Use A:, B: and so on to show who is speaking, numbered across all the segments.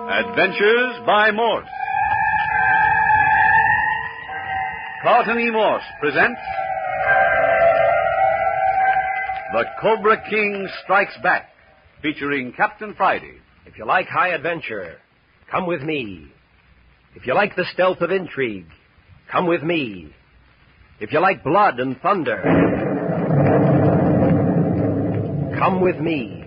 A: Adventures by Morse. Carlton E. Morse presents The Cobra King Strikes Back, featuring Captain Friday.
B: If you like high adventure, come with me. If you like the stealth of intrigue, come with me. If you like blood and thunder, come with me.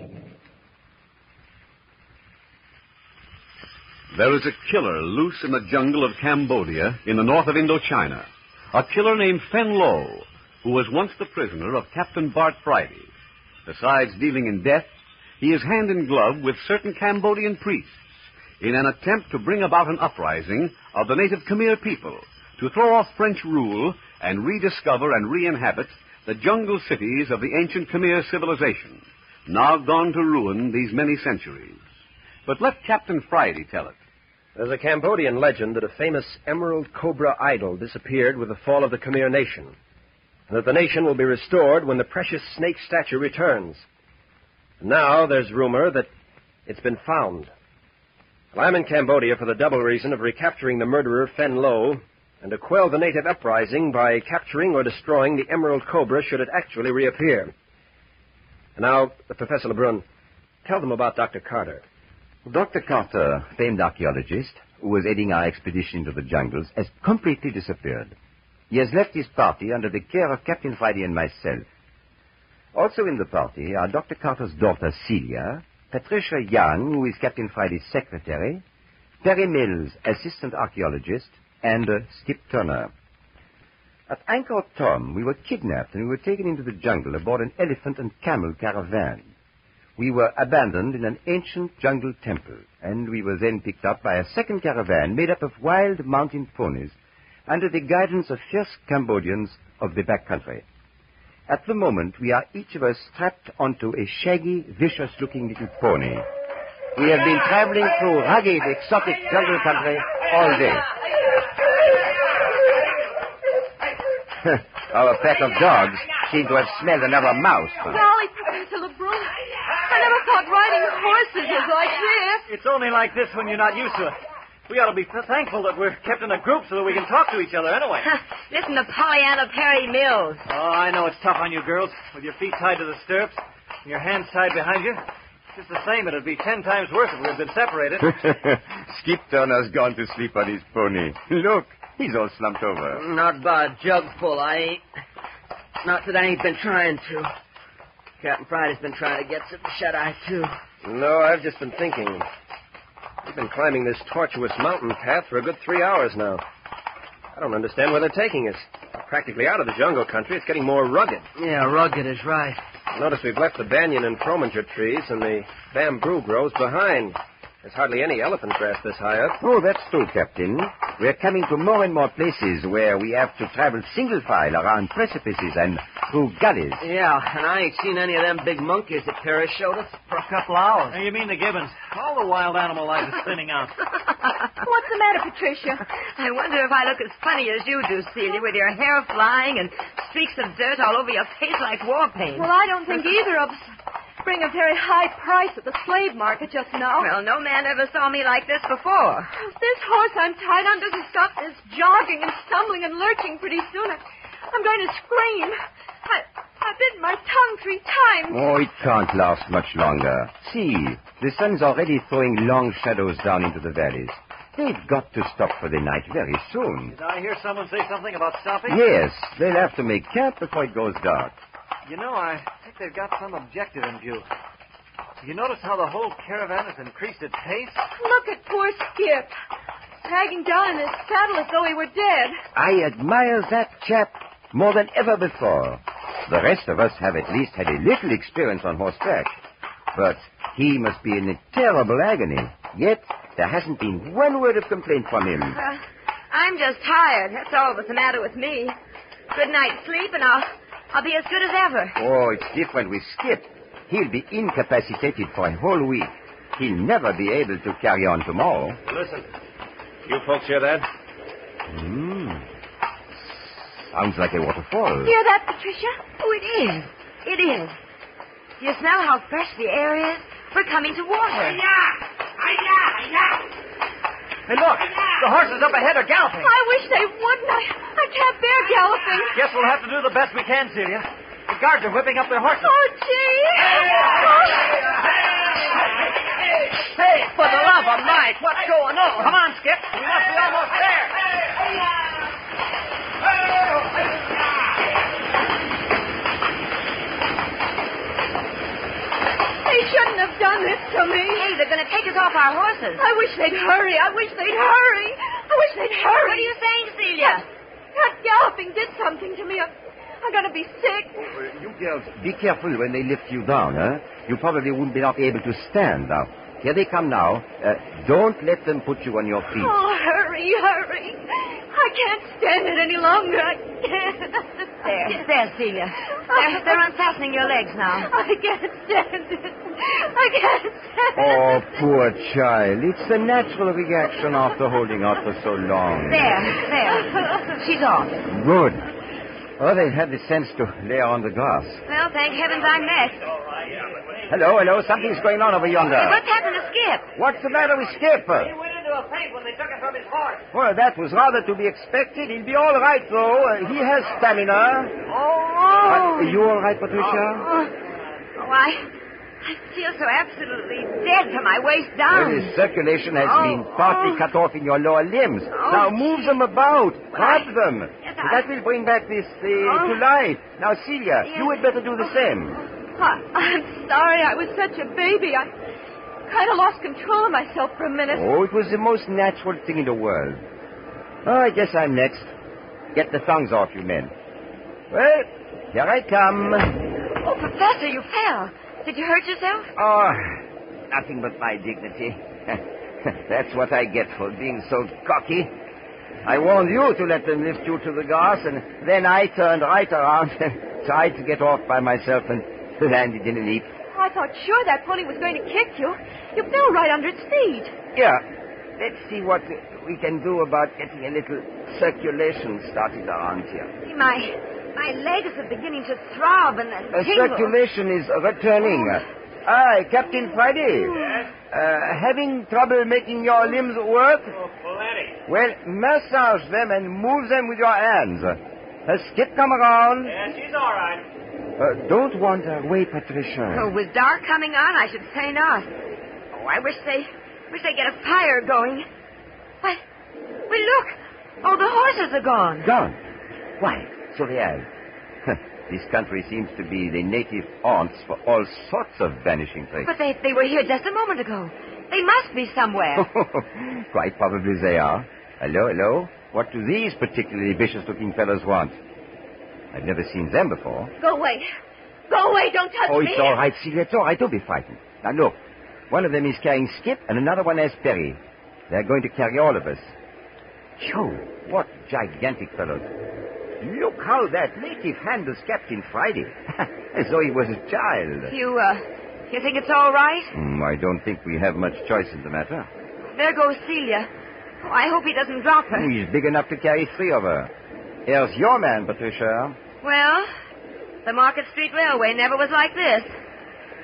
A: There is a killer loose in the jungle of Cambodia in the north of Indochina. A killer named Fen Lo, who was once the prisoner of Captain Bart Friday. Besides dealing in death, he is hand in glove with certain Cambodian priests in an attempt to bring about an uprising of the native Khmer people to throw off French rule and rediscover and re-inhabit the jungle cities of the ancient Khmer civilization, now gone to ruin these many centuries. But let Captain Friday tell it.
B: There's a Cambodian legend that a famous emerald cobra idol disappeared with the fall of the Khmer nation, and that the nation will be restored when the precious snake statue returns. Now there's rumor that it's been found. Well, I'm in Cambodia for the double reason of recapturing the murderer Fen Lo and to quell the native uprising by capturing or destroying the emerald cobra should it actually reappear. Now, Professor Lebrun, tell them about Dr. Carter.
C: Dr. Carter, famed archaeologist, who was aiding our expedition into the jungles, has completely disappeared. He has left his party under the care of Captain Friday and myself. Also in the party are Dr. Carter's daughter, Celia, Patricia Young, who is Captain Friday's secretary, Perry Mills, assistant archaeologist, and uh, Skip Turner. At Angkor Tom, we were kidnapped and we were taken into the jungle aboard an elephant and camel caravan. We were abandoned in an ancient jungle temple, and we were then picked up by a second caravan made up of wild mountain ponies under the guidance of fierce Cambodians of the back country. At the moment, we are each of us strapped onto a shaggy, vicious-looking little pony. We have been traveling through rugged, exotic jungle country all day. Our pack of dogs seem to have smelled another mouse.
D: Golly, Professor LeBrun. I never thought riding horses was like this.
E: It's only like this when you're not used to it. We ought to be thankful that we're kept in a group so that we can talk to each other anyway.
F: Listen to Pollyanna Perry Mills.
E: oh, I know it's tough on you girls, with your feet tied to the stirrups and your hands tied behind you. Just the same, it'd be ten times worse if we had been separated.
C: Skip Turner's gone to sleep on his pony. Look, he's all slumped over.
G: Not by a jug full, I ain't. Not that I ain't been trying to. Captain Friday's been trying to get some shut eye, too.
B: No, I've just been thinking. We've been climbing this tortuous mountain path for a good three hours now. I don't understand where they're taking us. We're practically out of the jungle country. It's getting more rugged.
G: Yeah, rugged is right.
B: Notice we've left the banyan and cromager trees and the bamboo groves behind. There's hardly any elephant grass this high up.
C: Oh, that's true, Captain. We're coming to more and more places where we have to travel single file around precipices and through gullies.
G: Yeah, and I ain't seen any of them big monkeys that Paris showed us for a couple hours.
E: Now, you mean the gibbons. All the wild animal life is thinning out.
F: What's the matter, Patricia? I wonder if I look as funny as you do, Celia, with your hair flying and streaks of dirt all over your face like war paint.
D: Well, I don't think either of us bring a very high price at the slave market just now.
F: Well, no man ever saw me like this before.
D: This horse I'm tied on doesn't stop this jogging and stumbling and lurching pretty soon. I, I'm going to scream. I, I bit my tongue three times.
C: Oh, it can't last much longer. See, the sun's already throwing long shadows down into the valleys. They've got to stop for the night very soon.
E: Did I hear someone say something about stopping?
C: Yes, they'll have to make camp before it goes dark.
E: You know, I think they've got some objective in view. You notice how the whole caravan has increased its pace?
D: Look at poor Skip, sagging down in his saddle as though he were dead.
C: I admire that chap more than ever before. The rest of us have at least had a little experience on horseback. But he must be in a terrible agony. Yet, there hasn't been one word of complaint from him.
F: Uh, I'm just tired. That's all that's the matter with me. Good night's sleep, and I'll, I'll be as good as ever.
C: Oh, it's different with Skip. He'll be incapacitated for a whole week. He'll never be able to carry on tomorrow.
B: Listen. You folks hear that?
C: Hmm. Sounds like a waterfall.
F: Hear that, Patricia? Oh, it is. It is. Do you smell how fresh the air is? We're coming to water.
H: Hiya! Hiya! Hiya!
E: Hey, look! The horses up ahead are galloping.
B: I wish they wouldn't. I, I can't bear galloping.
E: Guess we'll have to do the best we can, Celia. The guards are whipping up their horses.
B: Oh, gee.
I: Hey, for the love of Mike, what's going on?
E: Come on, Skip. We must be almost there.
B: They shouldn't have done this to me.
D: Hey, they're going to take us off our horses.
B: I wish they'd hurry. I wish they'd hurry. I wish they'd hurry.
D: What are you saying, Celia?
B: That galloping did something to me. I'm, I'm going to be sick.
C: You girls, be careful when they lift you down, huh? You probably won't be not able to stand now. Here they come now. Uh, don't let them put you on your feet.
B: Oh, hurry, hurry. I can't stand it any longer. I can't.
D: There, there, Celia. They're, they're unfastening your legs now.
B: I can't stand it. I can't stand it.
C: Oh, poor child. It's a natural reaction after holding out for so long.
D: There, there. She's off.
C: Good. Oh, they had the sense to lay her on the grass.
D: Well, thank heavens I'm next.
C: Hello, hello. Something's going on over yonder.
D: What's happened to Skip?
C: What's the matter with Skip?
E: went into a faint when they took it from his horse.
C: Well, that was rather to be expected. He'll be all right, though. Uh, he has stamina. Uh,
D: Oh,
C: are you all right, Patricia?
D: Oh, oh, I, I feel so absolutely dead from my waist
C: Well,
D: down.
C: the circulation has
D: Oh.
C: been partly cut off in your lower limbs.
D: Oh,
C: now move them about. Grab them.
D: Yes, I-
C: That will bring back this uh, to
D: Oh.
C: life. Now, Celia,
D: Yes.
C: you had better do the same.
B: I, I'm sorry. I was such a baby. I kind of lost control of myself for a minute.
C: Oh, it was the most natural thing in the world. Oh, I guess I'm next. Get the thongs off, you men. Well, here I come.
D: Oh, Professor, you fell. Did you hurt yourself?
C: Oh, nothing but my dignity. That's what I get for being so cocky. I warned you to let them lift you to the grass, and then I turned right around and tried to get off by myself and landed in a heap.
B: I thought sure that pony was going to kick you. You fell right under its feet.
C: Yeah, let's see what we can do about getting a little circulation started around here.
D: See, My, my legs are beginning to throb and, and
C: Uh,
D: tingle.
C: circulation is returning. Ah, Captain Friday. Uh, having trouble making your limbs work?
E: Oh, plenty.
C: Well, massage them and move them with your hands. Has Skip come around?
E: Yeah, she's all right.
C: Uh, don't wander away, Patricia.
D: Oh, with dark coming on, I should say not. Oh, I wish they wish they get a fire going. Why, well, look. Oh, the horses are gone.
C: Gone. Why? So they have. Huh, This country seems to be the native haunts for all sorts of vanishing places.
D: But they, they were here just a moment ago. They must be
C: Oh.
D: somewhere.
C: Quite probably they are. Hello, hello. What do these particularly vicious-looking fellows want? I've never seen them before.
B: Go away. Go away. Don't touch
C: Oh,
B: me.
C: it's all right, Celia. It's all right. Don't be frightened. Now, look. One of them is carrying Skip, and another one has Perry. They're going to carry all of us. Joe, what gigantic fellows. Look how that native handles Captain Friday. As though he was a child.
D: You, uh, you think it's all right?
C: Hmm, I don't think we have much choice in the matter.
D: There goes Celia. Oh, I hope he doesn't drop her.
C: He's big enough to carry three of her. Here's your man, Patricia.
D: Well, the Market Street Railway never was like this.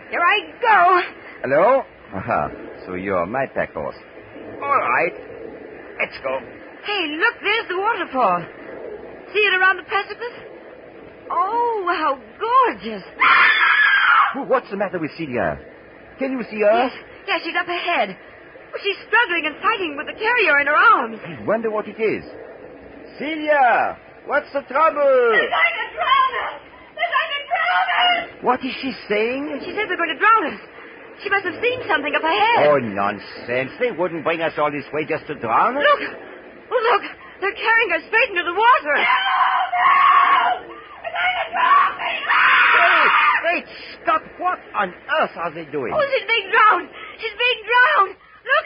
D: Here I go.
C: Hello? Aha. So you're my pack horse. All right. Let's go.
D: Hey, look, there's the waterfall. See it around the precipice? Oh, how gorgeous.
C: Oh, What's the matter with Celia? Can you see
D: Yes,
C: her?
D: yes, she's up ahead. Oh, she's struggling and fighting with the carrier in her arms.
C: I wonder what it is. Celia! What's the trouble?
B: Like a drowner. They're like a drowner.
C: What is she saying?
D: She says they're going to drown us. She must have seen something up ahead.
C: Oh, nonsense. They wouldn't bring us all this way just to drown us.
D: Look! Oh, look! They're carrying her straight into the water.
C: Hey, wait, stop. What on earth are they doing?
D: Oh, she's being drowned! She's being drowned! Look!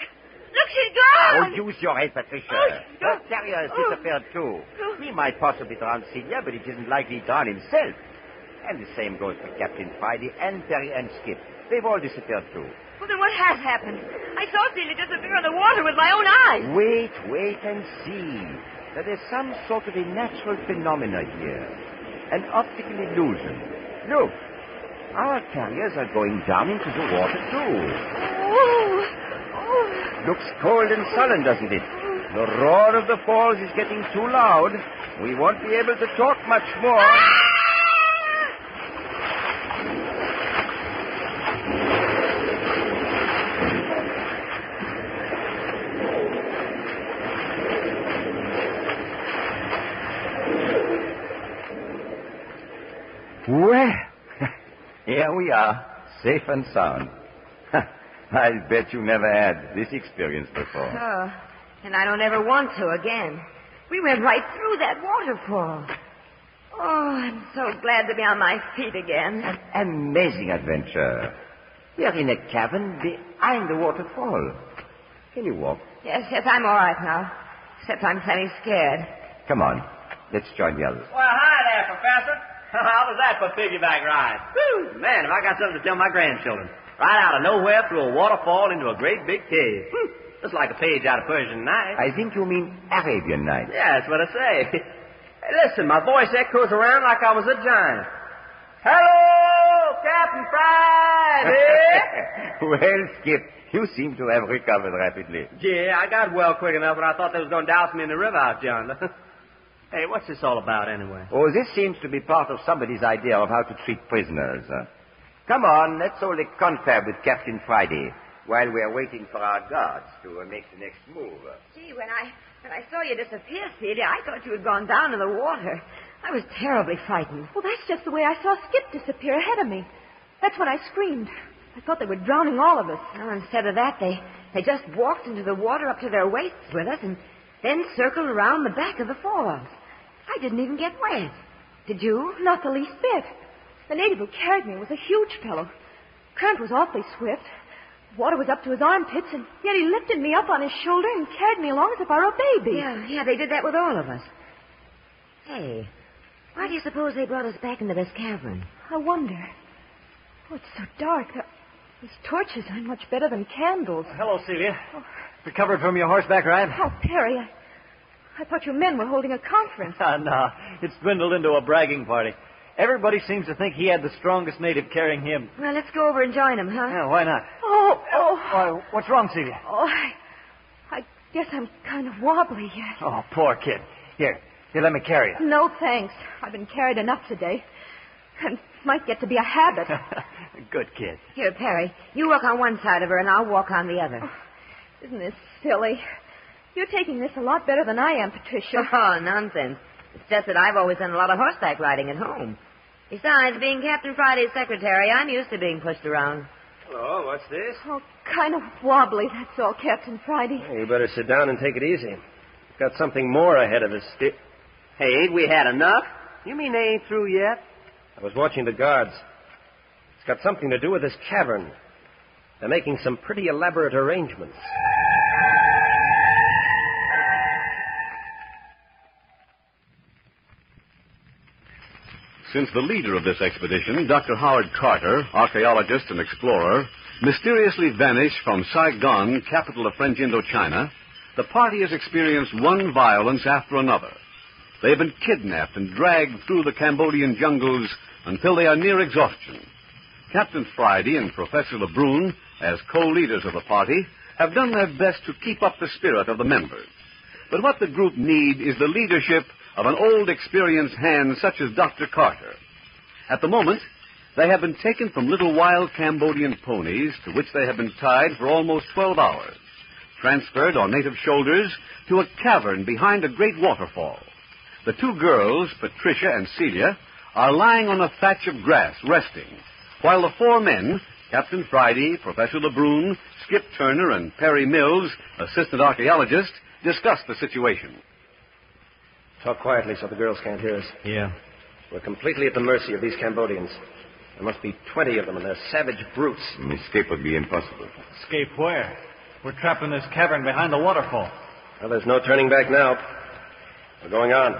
D: Look, she's
C: Oh,
D: gone!
C: use your head, Patricia.
D: Oh,
C: Her carrier has
D: oh.
C: disappeared, too.
D: Oh.
C: He might possibly drown Celia, but it isn't likely he drowned himself. And the same goes for Captain Friday and Perry and Skip. They've all disappeared, too.
D: Well, then what has happened? I saw Celia disappear in the water with my own eyes.
C: Wait, wait and see. Now, there's some sort of a natural phenomena here. An optical illusion. Look. Our carriers are going down into the water, too.
D: Oh! Oh!
C: Looks cold and sullen, doesn't it? The roar of the falls is getting too loud. We won't be able to talk much more. Well, here we are, safe and sound. I bet you never had this experience before.
F: Oh, and I don't ever want to again. We went right through that waterfall. Oh, I'm so glad to be on my feet again.
C: Amazing adventure. We are in a cavern behind the waterfall. Can you walk?
F: Yes, yes, I'm all right now. Except I'm plenty scared.
C: Come on. Let's join the others.
G: Well, hi there, Professor. How was that for piggyback ride? Whew, man, if I got something to tell my grandchildren. Right out of nowhere through a waterfall into a great big cave. Hmm, Just like a page out of Persian Nights.
C: I think you mean Arabian Night.
G: Yeah, that's what I say. Hey, listen, my voice echoes around like I was a giant. Hello, Captain eh? Friday.
E: Eh?
C: well, Skip, you seem to have recovered rapidly.
G: yeah, I got well quick enough, and I thought they was going to douse me in the river out yonder. hey, what's this all about anyway?
C: Oh, this seems to be part of somebody's idea of how to treat prisoners. Uh, Come on, let's hold a confab with Captain Friday while we are waiting for our guards to uh, make the next move.
F: Gee, when I when I saw you disappear, Celia, I thought you had gone down in the water. I was terribly frightened.
D: Well, that's just the way I saw Skip disappear ahead of me. That's when I screamed. I thought they were drowning all of us.
F: Well, instead of that, they they just walked into the water up to their waists with us, and then circled around the back of the falls. I didn't even get wet. Did you?
D: Not the least bit. The native who carried me was a huge fellow. Current was awfully swift. Water was up to his armpits, and yet he lifted me up on his shoulder and carried me along as if I were a baby.
F: Yeah, yeah, they did that with all of us. Hey, why do you suppose they brought us back into this cavern?
D: I wonder. Oh, it's so dark. Uh, These torches aren't much better than candles.
E: Hello, Celia. Recovered from your horseback ride?
D: Oh, Perry, I, I thought you men were holding a conference.
E: Ah, no. It's dwindled into a bragging party. Everybody seems to think he had the strongest native carrying him.
F: Well, let's go over and join them, huh?
E: Yeah, why not?
D: Oh, oh,
E: Why, what's wrong, Celia?
D: oh, I, I guess I'm kind of wobbly yet.
E: Oh, poor kid. Here, here, let me carry you.
D: No, thanks. I've been carried enough today. And it might get to be a habit.
E: Good kid.
F: Here, Perry, you walk on one side of her, and I'll walk on the other.
D: Isn't this silly? You're taking this a lot better than I am, Patricia.
F: Oh, nonsense. It's just that I've always done a lot of horseback riding at home. Besides, being Captain Friday's secretary, I'm used to being pushed around.
E: Hello, what's this?
D: Oh, kind of wobbly, that's all, Captain Friday.
B: You better sit down and take it easy. We've got something more ahead of us.
G: Hey, ain't we had enough? You mean they ain't through yet?
B: I was watching the guards. It's got something to do with this cavern. They're making some pretty elaborate arrangements.
A: Since the leader of this expedition, Dr. Howard Carter, archaeologist and explorer, mysteriously vanished from Saigon, capital of French Indochina, the party has experienced one violence after another. They've been kidnapped and dragged through the Cambodian jungles until they are near exhaustion. Captain Friday and Professor Lebrun, as co-leaders of the party, have done their best to keep up the spirit of the members. But what the group need is the leadership of an old experienced hand such as Dr. Carter. At the moment, they have been taken from little wild Cambodian ponies to which they have been tied for almost 12 hours, transferred on native shoulders to a cavern behind a great waterfall. The two girls, Patricia and Celia, are lying on a thatch of grass, resting, while the four men, Captain Friday, Professor Lebrun, Skip Turner, and Perry Mills, assistant archaeologist, discuss the situation.
B: Talk quietly so the girls can't hear us.
E: Yeah.
B: We're completely at the mercy of these Cambodians. There must be 20 of them, and they're savage brutes.
C: Escape would be impossible.
E: Escape where? We're trapped in this cavern behind the waterfall.
B: Well, there's no turning back now. We're going on.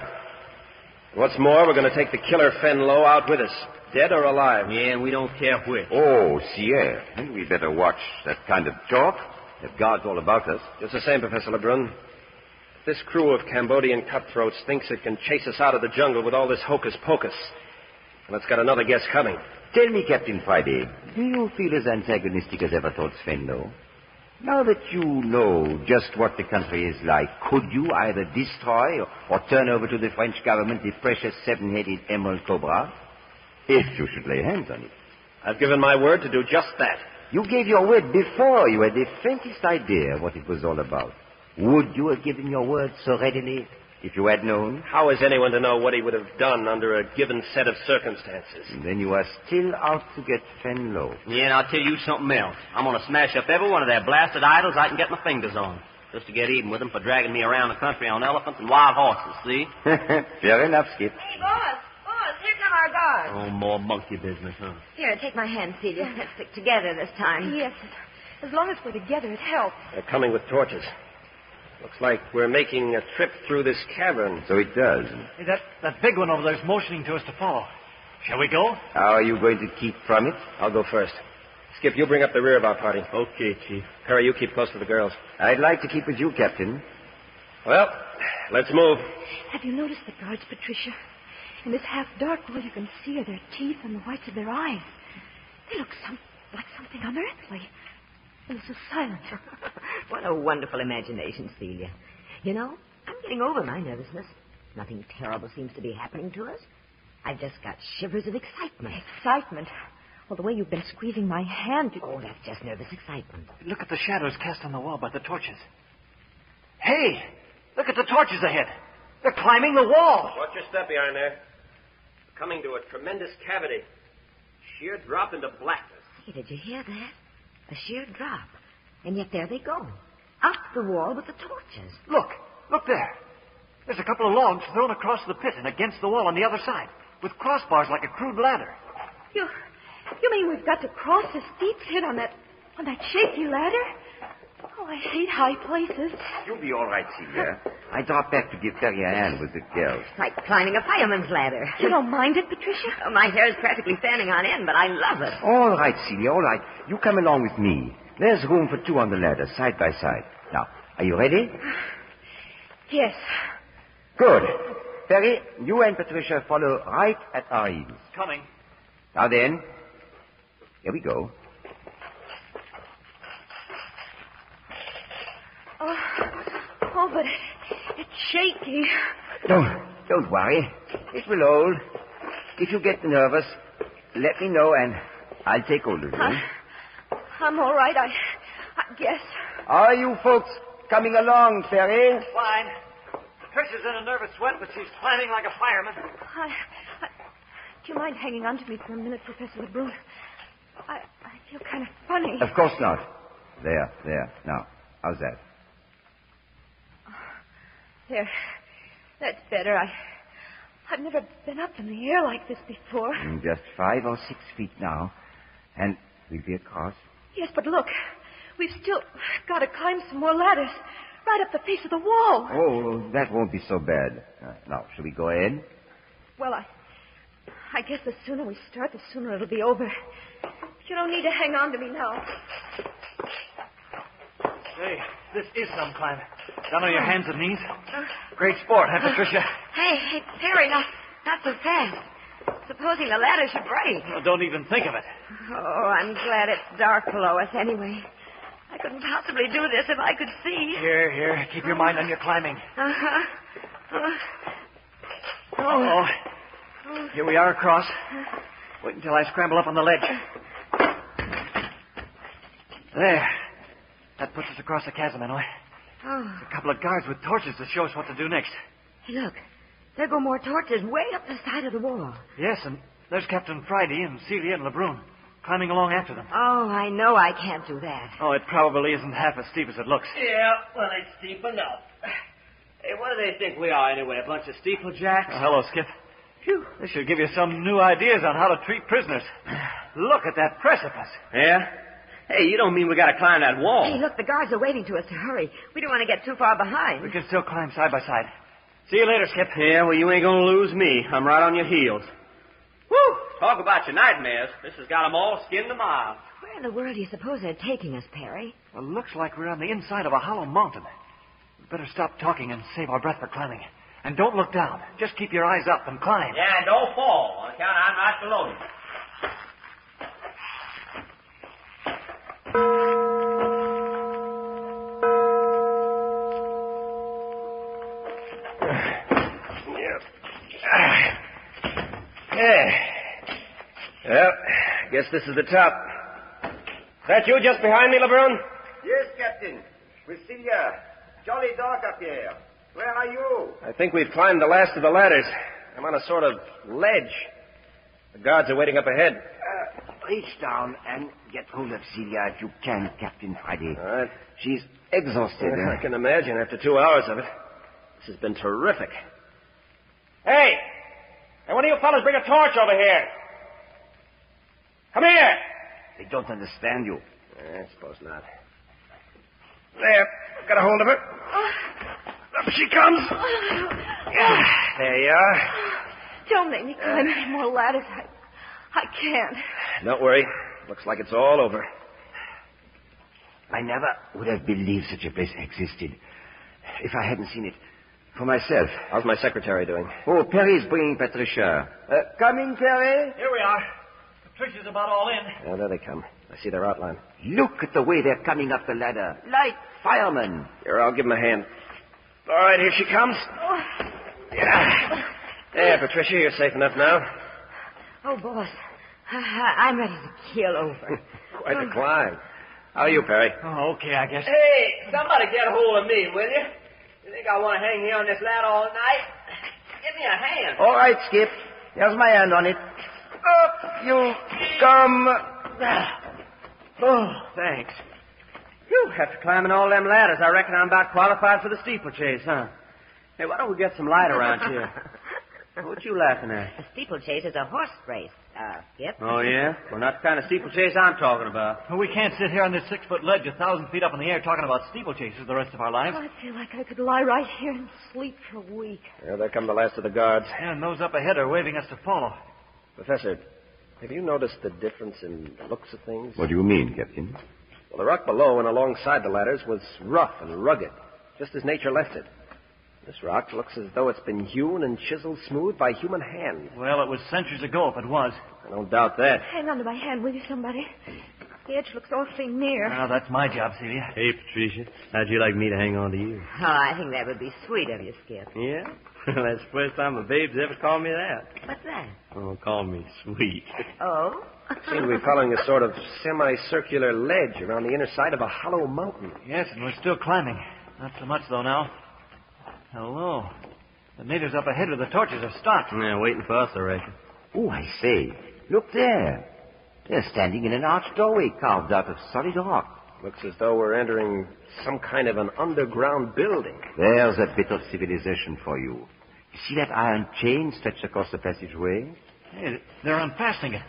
B: And what's more, we're going to take the killer Fenlo out with us, dead or alive.
G: Yeah, and we don't care which.
C: Oh, Sierre, and we better watch that kind of talk. That guard's all about us.
B: Just the same, Professor Lebrun. If This crew of Cambodian cutthroats thinks it can chase us out of the jungle with all this hocus pocus. And it's got another guess coming.
C: Tell me, Captain Friday, do you feel as antagonistic as ever towards Fenlo? Now that you know just what the country is like, could you either destroy or, or turn over to the French government the precious seven-headed emerald cobra? If you should lay hands on it.
B: I've given my word to do just that.
C: You gave your word before you had the faintest idea what it was all about. Would you have given your word so readily if you had known?
B: How is anyone to know what he would have done under a given set of circumstances?
C: And then you are still out to get Fenlow.
G: Yeah, and I'll tell you something else. I'm going to smash up every one of their blasted idols I can get my fingers on. Just to get even with them for dragging me around the country on elephants and wild horses, see?
C: Fair enough, Skip.
F: Hey, boss, boss, here come our guards.
G: Oh, more monkey business, huh?
F: Here, take my hand, Celia. Let's stick together this time.
D: Yes, as long as we're together, it helps.
B: They're coming with torches. Looks like we're making a trip through this cavern.
C: So it does.
E: Hey, that, that big one over there is motioning to us to follow. Shall we go?
C: How are you going to keep from it?
B: I'll go first. Skip, you bring up the rear of our party.
G: Okay, Chief.
B: Harry, you keep close to the girls.
C: I'd like to keep with you, Captain.
B: Well, let's move.
D: Have you noticed the guards, Patricia? In this half dark, all you can see are their teeth and the whites of their eyes. They look some, like something unearthly. And this is silent.
F: what a wonderful imagination, Celia. You know, I'm getting over my nervousness. Nothing terrible seems to be happening to us. I've just got shivers of excitement.
D: Excitement. Well, the way you've been squeezing my hand. you-
F: Oh, that's just nervous excitement.
E: Look at the shadows cast on the wall by the torches. Hey, look at the torches ahead. They're climbing the wall.
B: Watch your step behind there. Coming to a tremendous cavity. Sheer drop into blackness.
F: Hey, did you hear that? A sheer drop. And yet there they go. Up the wall with the torches.
E: Look, look there. There's a couple of logs thrown across the pit and against the wall on the other side, with crossbars like a crude ladder.
D: You, you mean we've got to cross this steep pit on that, on that shaky ladder? Oh, I hate high places.
C: You'll be all right, Celia. I dropped back to give Terry a hand with the girls.
F: It's like climbing a fireman's ladder.
D: You don't mind it, Patricia?
F: Oh, my hair is practically standing on end, but I love it.
C: All right, Celia, all right. You come along with me. There's room for two on the ladder, side by side. Now, are you ready?
D: Yes.
C: Good. Terry, you and Patricia follow right at our heels.
E: Coming.
C: Now then, here we go.
D: Oh, oh, but it's shaky.
C: Don't, don't worry. It will hold. If you get nervous, let me know and I'll take hold of you.
D: I, I'm all right, I, I guess.
C: Are you folks coming along, Terry?
E: Fine. Patricia's in a nervous sweat, but she's climbing like a fireman.
D: I, I, do you mind hanging on to me for a minute, Professor LeBrun? I, I feel kind of funny.
C: Of course not. There, there. Now, how's that?
D: There. That's better. I, I've never been up in the air like this before.
C: Mm, Just five or six feet now, and we'll be across.
D: Yes, but look. We've still got to climb some more ladders right up the face of the wall.
C: Oh, that won't be so bad. Uh, now, shall we go ahead?
D: Well, I, I guess the sooner we start, the sooner it'll be over. You don't need to hang on to me now.
E: Hey, this is some climb. Down on your hands and knees. Great sport, huh, Patricia?
F: Hey, hey, Perry, not, not so fast. Supposing the ladder should break.
E: Oh, don't even think of it.
F: Oh, I'm glad it's dark below us anyway. I couldn't possibly do this if I could see.
E: Here, here. Keep your mind on your climbing.
F: Uh-huh. Uh,
E: Oh. Here we are across. Wait until I scramble up on the ledge. There. That puts us across the chasm, anyway.
F: oh,
E: A couple of guards with torches to show us what to do next.
F: hey, look. There go more torches way up the side of the wall.
E: Yes, and there's Captain Friday and Celia and Lebrun climbing along after them.
F: Oh, I know I can't do that.
E: Oh, it probably isn't half as steep as it looks.
G: Yeah, well, it's steep enough. Hey, what do they think we are anyway? A bunch of steeplejacks?
E: Oh, hello, Skip. Phew, this should give you some new ideas on how to treat prisoners. Look at that precipice.
G: Yeah? Hey, you don't mean we gotta climb that wall.
F: Hey, look, the guards are waving to us to hurry. We don't want to get too far
E: We
F: behind.
E: can still climb side by side. See you later, Skip.
G: Yeah, well, you ain't gonna lose me. I'm right on your heels. Woo! Talk about your nightmares. This has got 'em all skinned a mile.
F: Where in the world do you suppose they're taking us, Perry?
E: Well, looks like we're on the inside of a hollow mountain. Better stop talking and save our breath for climbing. And don't look down. Just keep your eyes up and climb.
G: Yeah, and don't fall. On account I'm right below you.
B: Guess this is the top. That you just behind me, LeBron?
G: Yes, Captain. We see ya. Jolly dark up here. Where are you?
B: I think we've climbed the last of the ladders. I'm on a sort of ledge. The guards are waiting up ahead.
C: Uh, reach down and get hold of Celia if you can, Captain Friday.
B: All right.
C: She's exhausted. eh?
B: Yeah,
C: huh?
B: I can imagine after two hours of it. This has been terrific. Hey! Hey, one of you fellas bring a torch over here. Come here!
C: They don't understand you.
B: Eh, I suppose not. There. Got a hold of her. Up she comes. Yeah, there you are.
D: Don't make me
F: Uh.
D: climb any more ladders. I, I can't.
B: Don't worry. Looks like it's all over.
C: I never would have believed such a place existed if I hadn't seen it for myself.
B: How's my secretary doing?
C: Oh, Perry's bringing Patricia. Uh, come in, Perry.
E: Here we are. Patricia's about all in.
B: Oh, there they come. I see their outline.
C: Look at the way they're coming up the ladder. Like firemen.
B: Here, I'll give him a hand. All right, here she comes. Yeah. There, Patricia, you're safe enough now.
F: Oh, boss. I, am ready to keel over.
B: Quite a climb. How are you, Perry?
E: Oh, okay, I guess.
G: Hey, somebody get hold of me, will you? You think I want to hang here on this ladder all night? Give me a hand.
C: All right, Skip. Here's my hand on it. Up you come.
G: Oh, thanks. Phew, after climbing all them ladders, I reckon I'm about qualified for the steeplechase, huh? Hey, why don't we get some light around here? what you laughing at?
F: a steeplechase is a horse race, uh, Skip.
G: Oh, yeah? Well, not the kind of steeplechase I'm talking about.
E: Well, we can't sit here on this six foot ledge a thousand feet up in the air talking about steeplechases the rest of our lives.
D: I feel like I could lie right here and sleep for a week.
B: Well, there come the last of the guards.
E: And those up ahead are waving us to follow.
B: Professor, have you noticed the difference in the looks of things?
C: What do you mean, Captain?
B: Well, the rock below and alongside the ladders was rough and rugged, just as nature left it. This rock looks as though it's been hewn and chiseled smooth by human hand.
E: Well, it was centuries ago if it was.
B: I don't doubt that.
D: Hang on to my hand, will you, somebody? The edge looks awfully near.
E: Now, that's my job, Celia.
G: Hey, Patricia, how'd you like me to hang on to you?
F: Oh, I think that would be sweet of you, Skip.
G: Yeah? Well, that's the first time a babe's ever called me that.
F: What's that?
G: Oh, call me sweet.
F: Oh?
B: Seem to be following a sort of semicircular ledge around the inner side of a hollow mountain.
E: Yes, and we're still climbing. Not so much, though, now. Hello. The natives up ahead with the torches have stopped.
G: Yeah, waiting for us, I reckon.
C: Oh, I say. Look there. They're standing in an arched doorway carved out of solid rock.
B: Looks as though we're entering some kind of an underground building.
C: There's a bit of civilization for you. You see that iron chain stretched across the passageway?
E: Hey, they're unfastening it.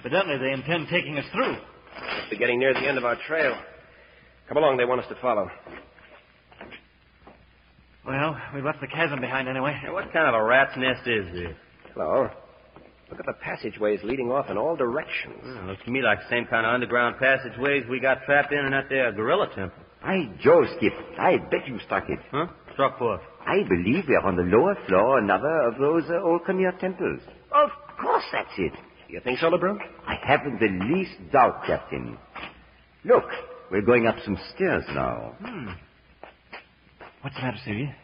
E: Evidently, they intend taking us through.
B: Must be getting near the end of our trail. Come along, they want us to follow.
E: Well, we left the chasm behind anyway.
G: Now, what kind of a rat's nest is this?
B: Hello. Look at the passageways leading off in all directions.
G: Oh, looks to me like the same kind of underground passageways we got trapped in and at their gorilla temple.
C: By Jove, Skip. I bet you struck it.
G: Huh? Struck what?
C: I believe we're on the lower floor, another of those uh, old Khmer temples. Of course, that's it.
B: You think so, LeBron?
C: I haven't the least doubt, Captain. Look, we're going up some stairs now.
E: What's the matter, Celia?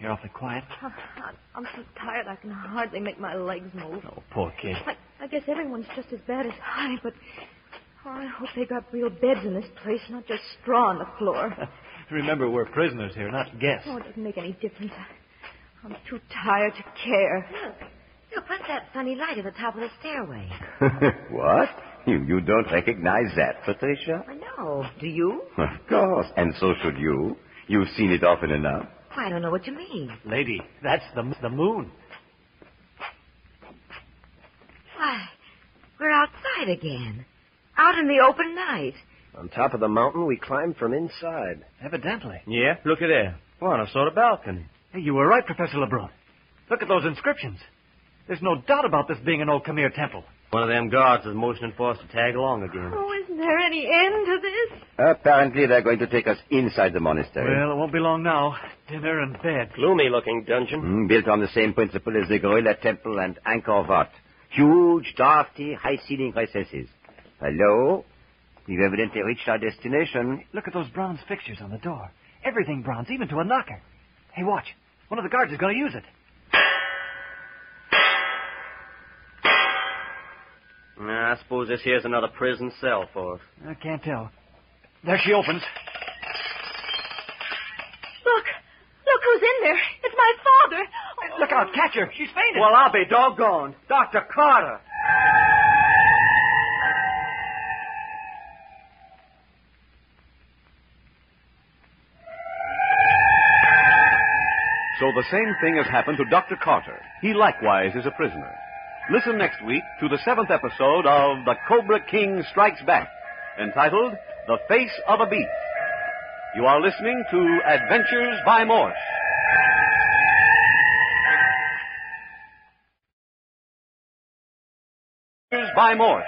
E: You're awfully quiet.
D: Uh, I'm so tired I can hardly make my legs move.
E: Oh, poor kid.
D: I, I guess everyone's just as bad as I, but oh, I hope they got real beds in this place, not just straw on the floor.
E: Remember, we're prisoners here, not guests.
D: Oh, it doesn't make any difference. I'm too tired to care.
F: Look, look, what's that funny light at the top of the stairway?
C: what? You, you don't recognize that, Patricia?
F: I know. Do you?
C: Of course, and so should you. You've seen it often enough.
F: I don't know what you mean.
E: Lady, that's the, the moon.
F: Why, we're outside again. Out in the open night.
B: On top of the mountain, we climbed from inside.
E: Evidently.
G: Yeah, look at there. We're on a sort of balcony.
E: Hey, you were right, Professor Lebrun. Look at those inscriptions. There's no doubt about this being an old Khmer temple.
G: One of them guards is motioning for us to tag along again.
D: Oh, isn't there any end to this?
C: Apparently, they're going to take us inside the monastery.
E: Well, it won't be long now. Dinner and bed.
B: Gloomy looking
G: Mm.
B: dungeon.
C: Hmm, built on the same principle as the Gorilla Temple and Angkor Wat. Huge, drafty, high-ceiling recesses. Hello? We've evidently reached our destination.
E: Look at those bronze fixtures on the door. Everything bronze, even to a knocker. Hey, watch. One of the guards is going to use it.
G: Nah, I I suppose this here's another prison cell for us.
E: I can't tell. There she opens.
D: Look. Look who's in there. It's my father. Oh.
E: Look out, catch her. She's fainted.
G: Well, I'll be doggone. Dr. Carter.
A: So the same thing has happened to Dr. Carter. He likewise is a prisoner. Listen next week to the seventh episode of The Cobra King Strikes Back, entitled The Face of a Beast. You are listening to Adventures by Morse. Adventures by Morse.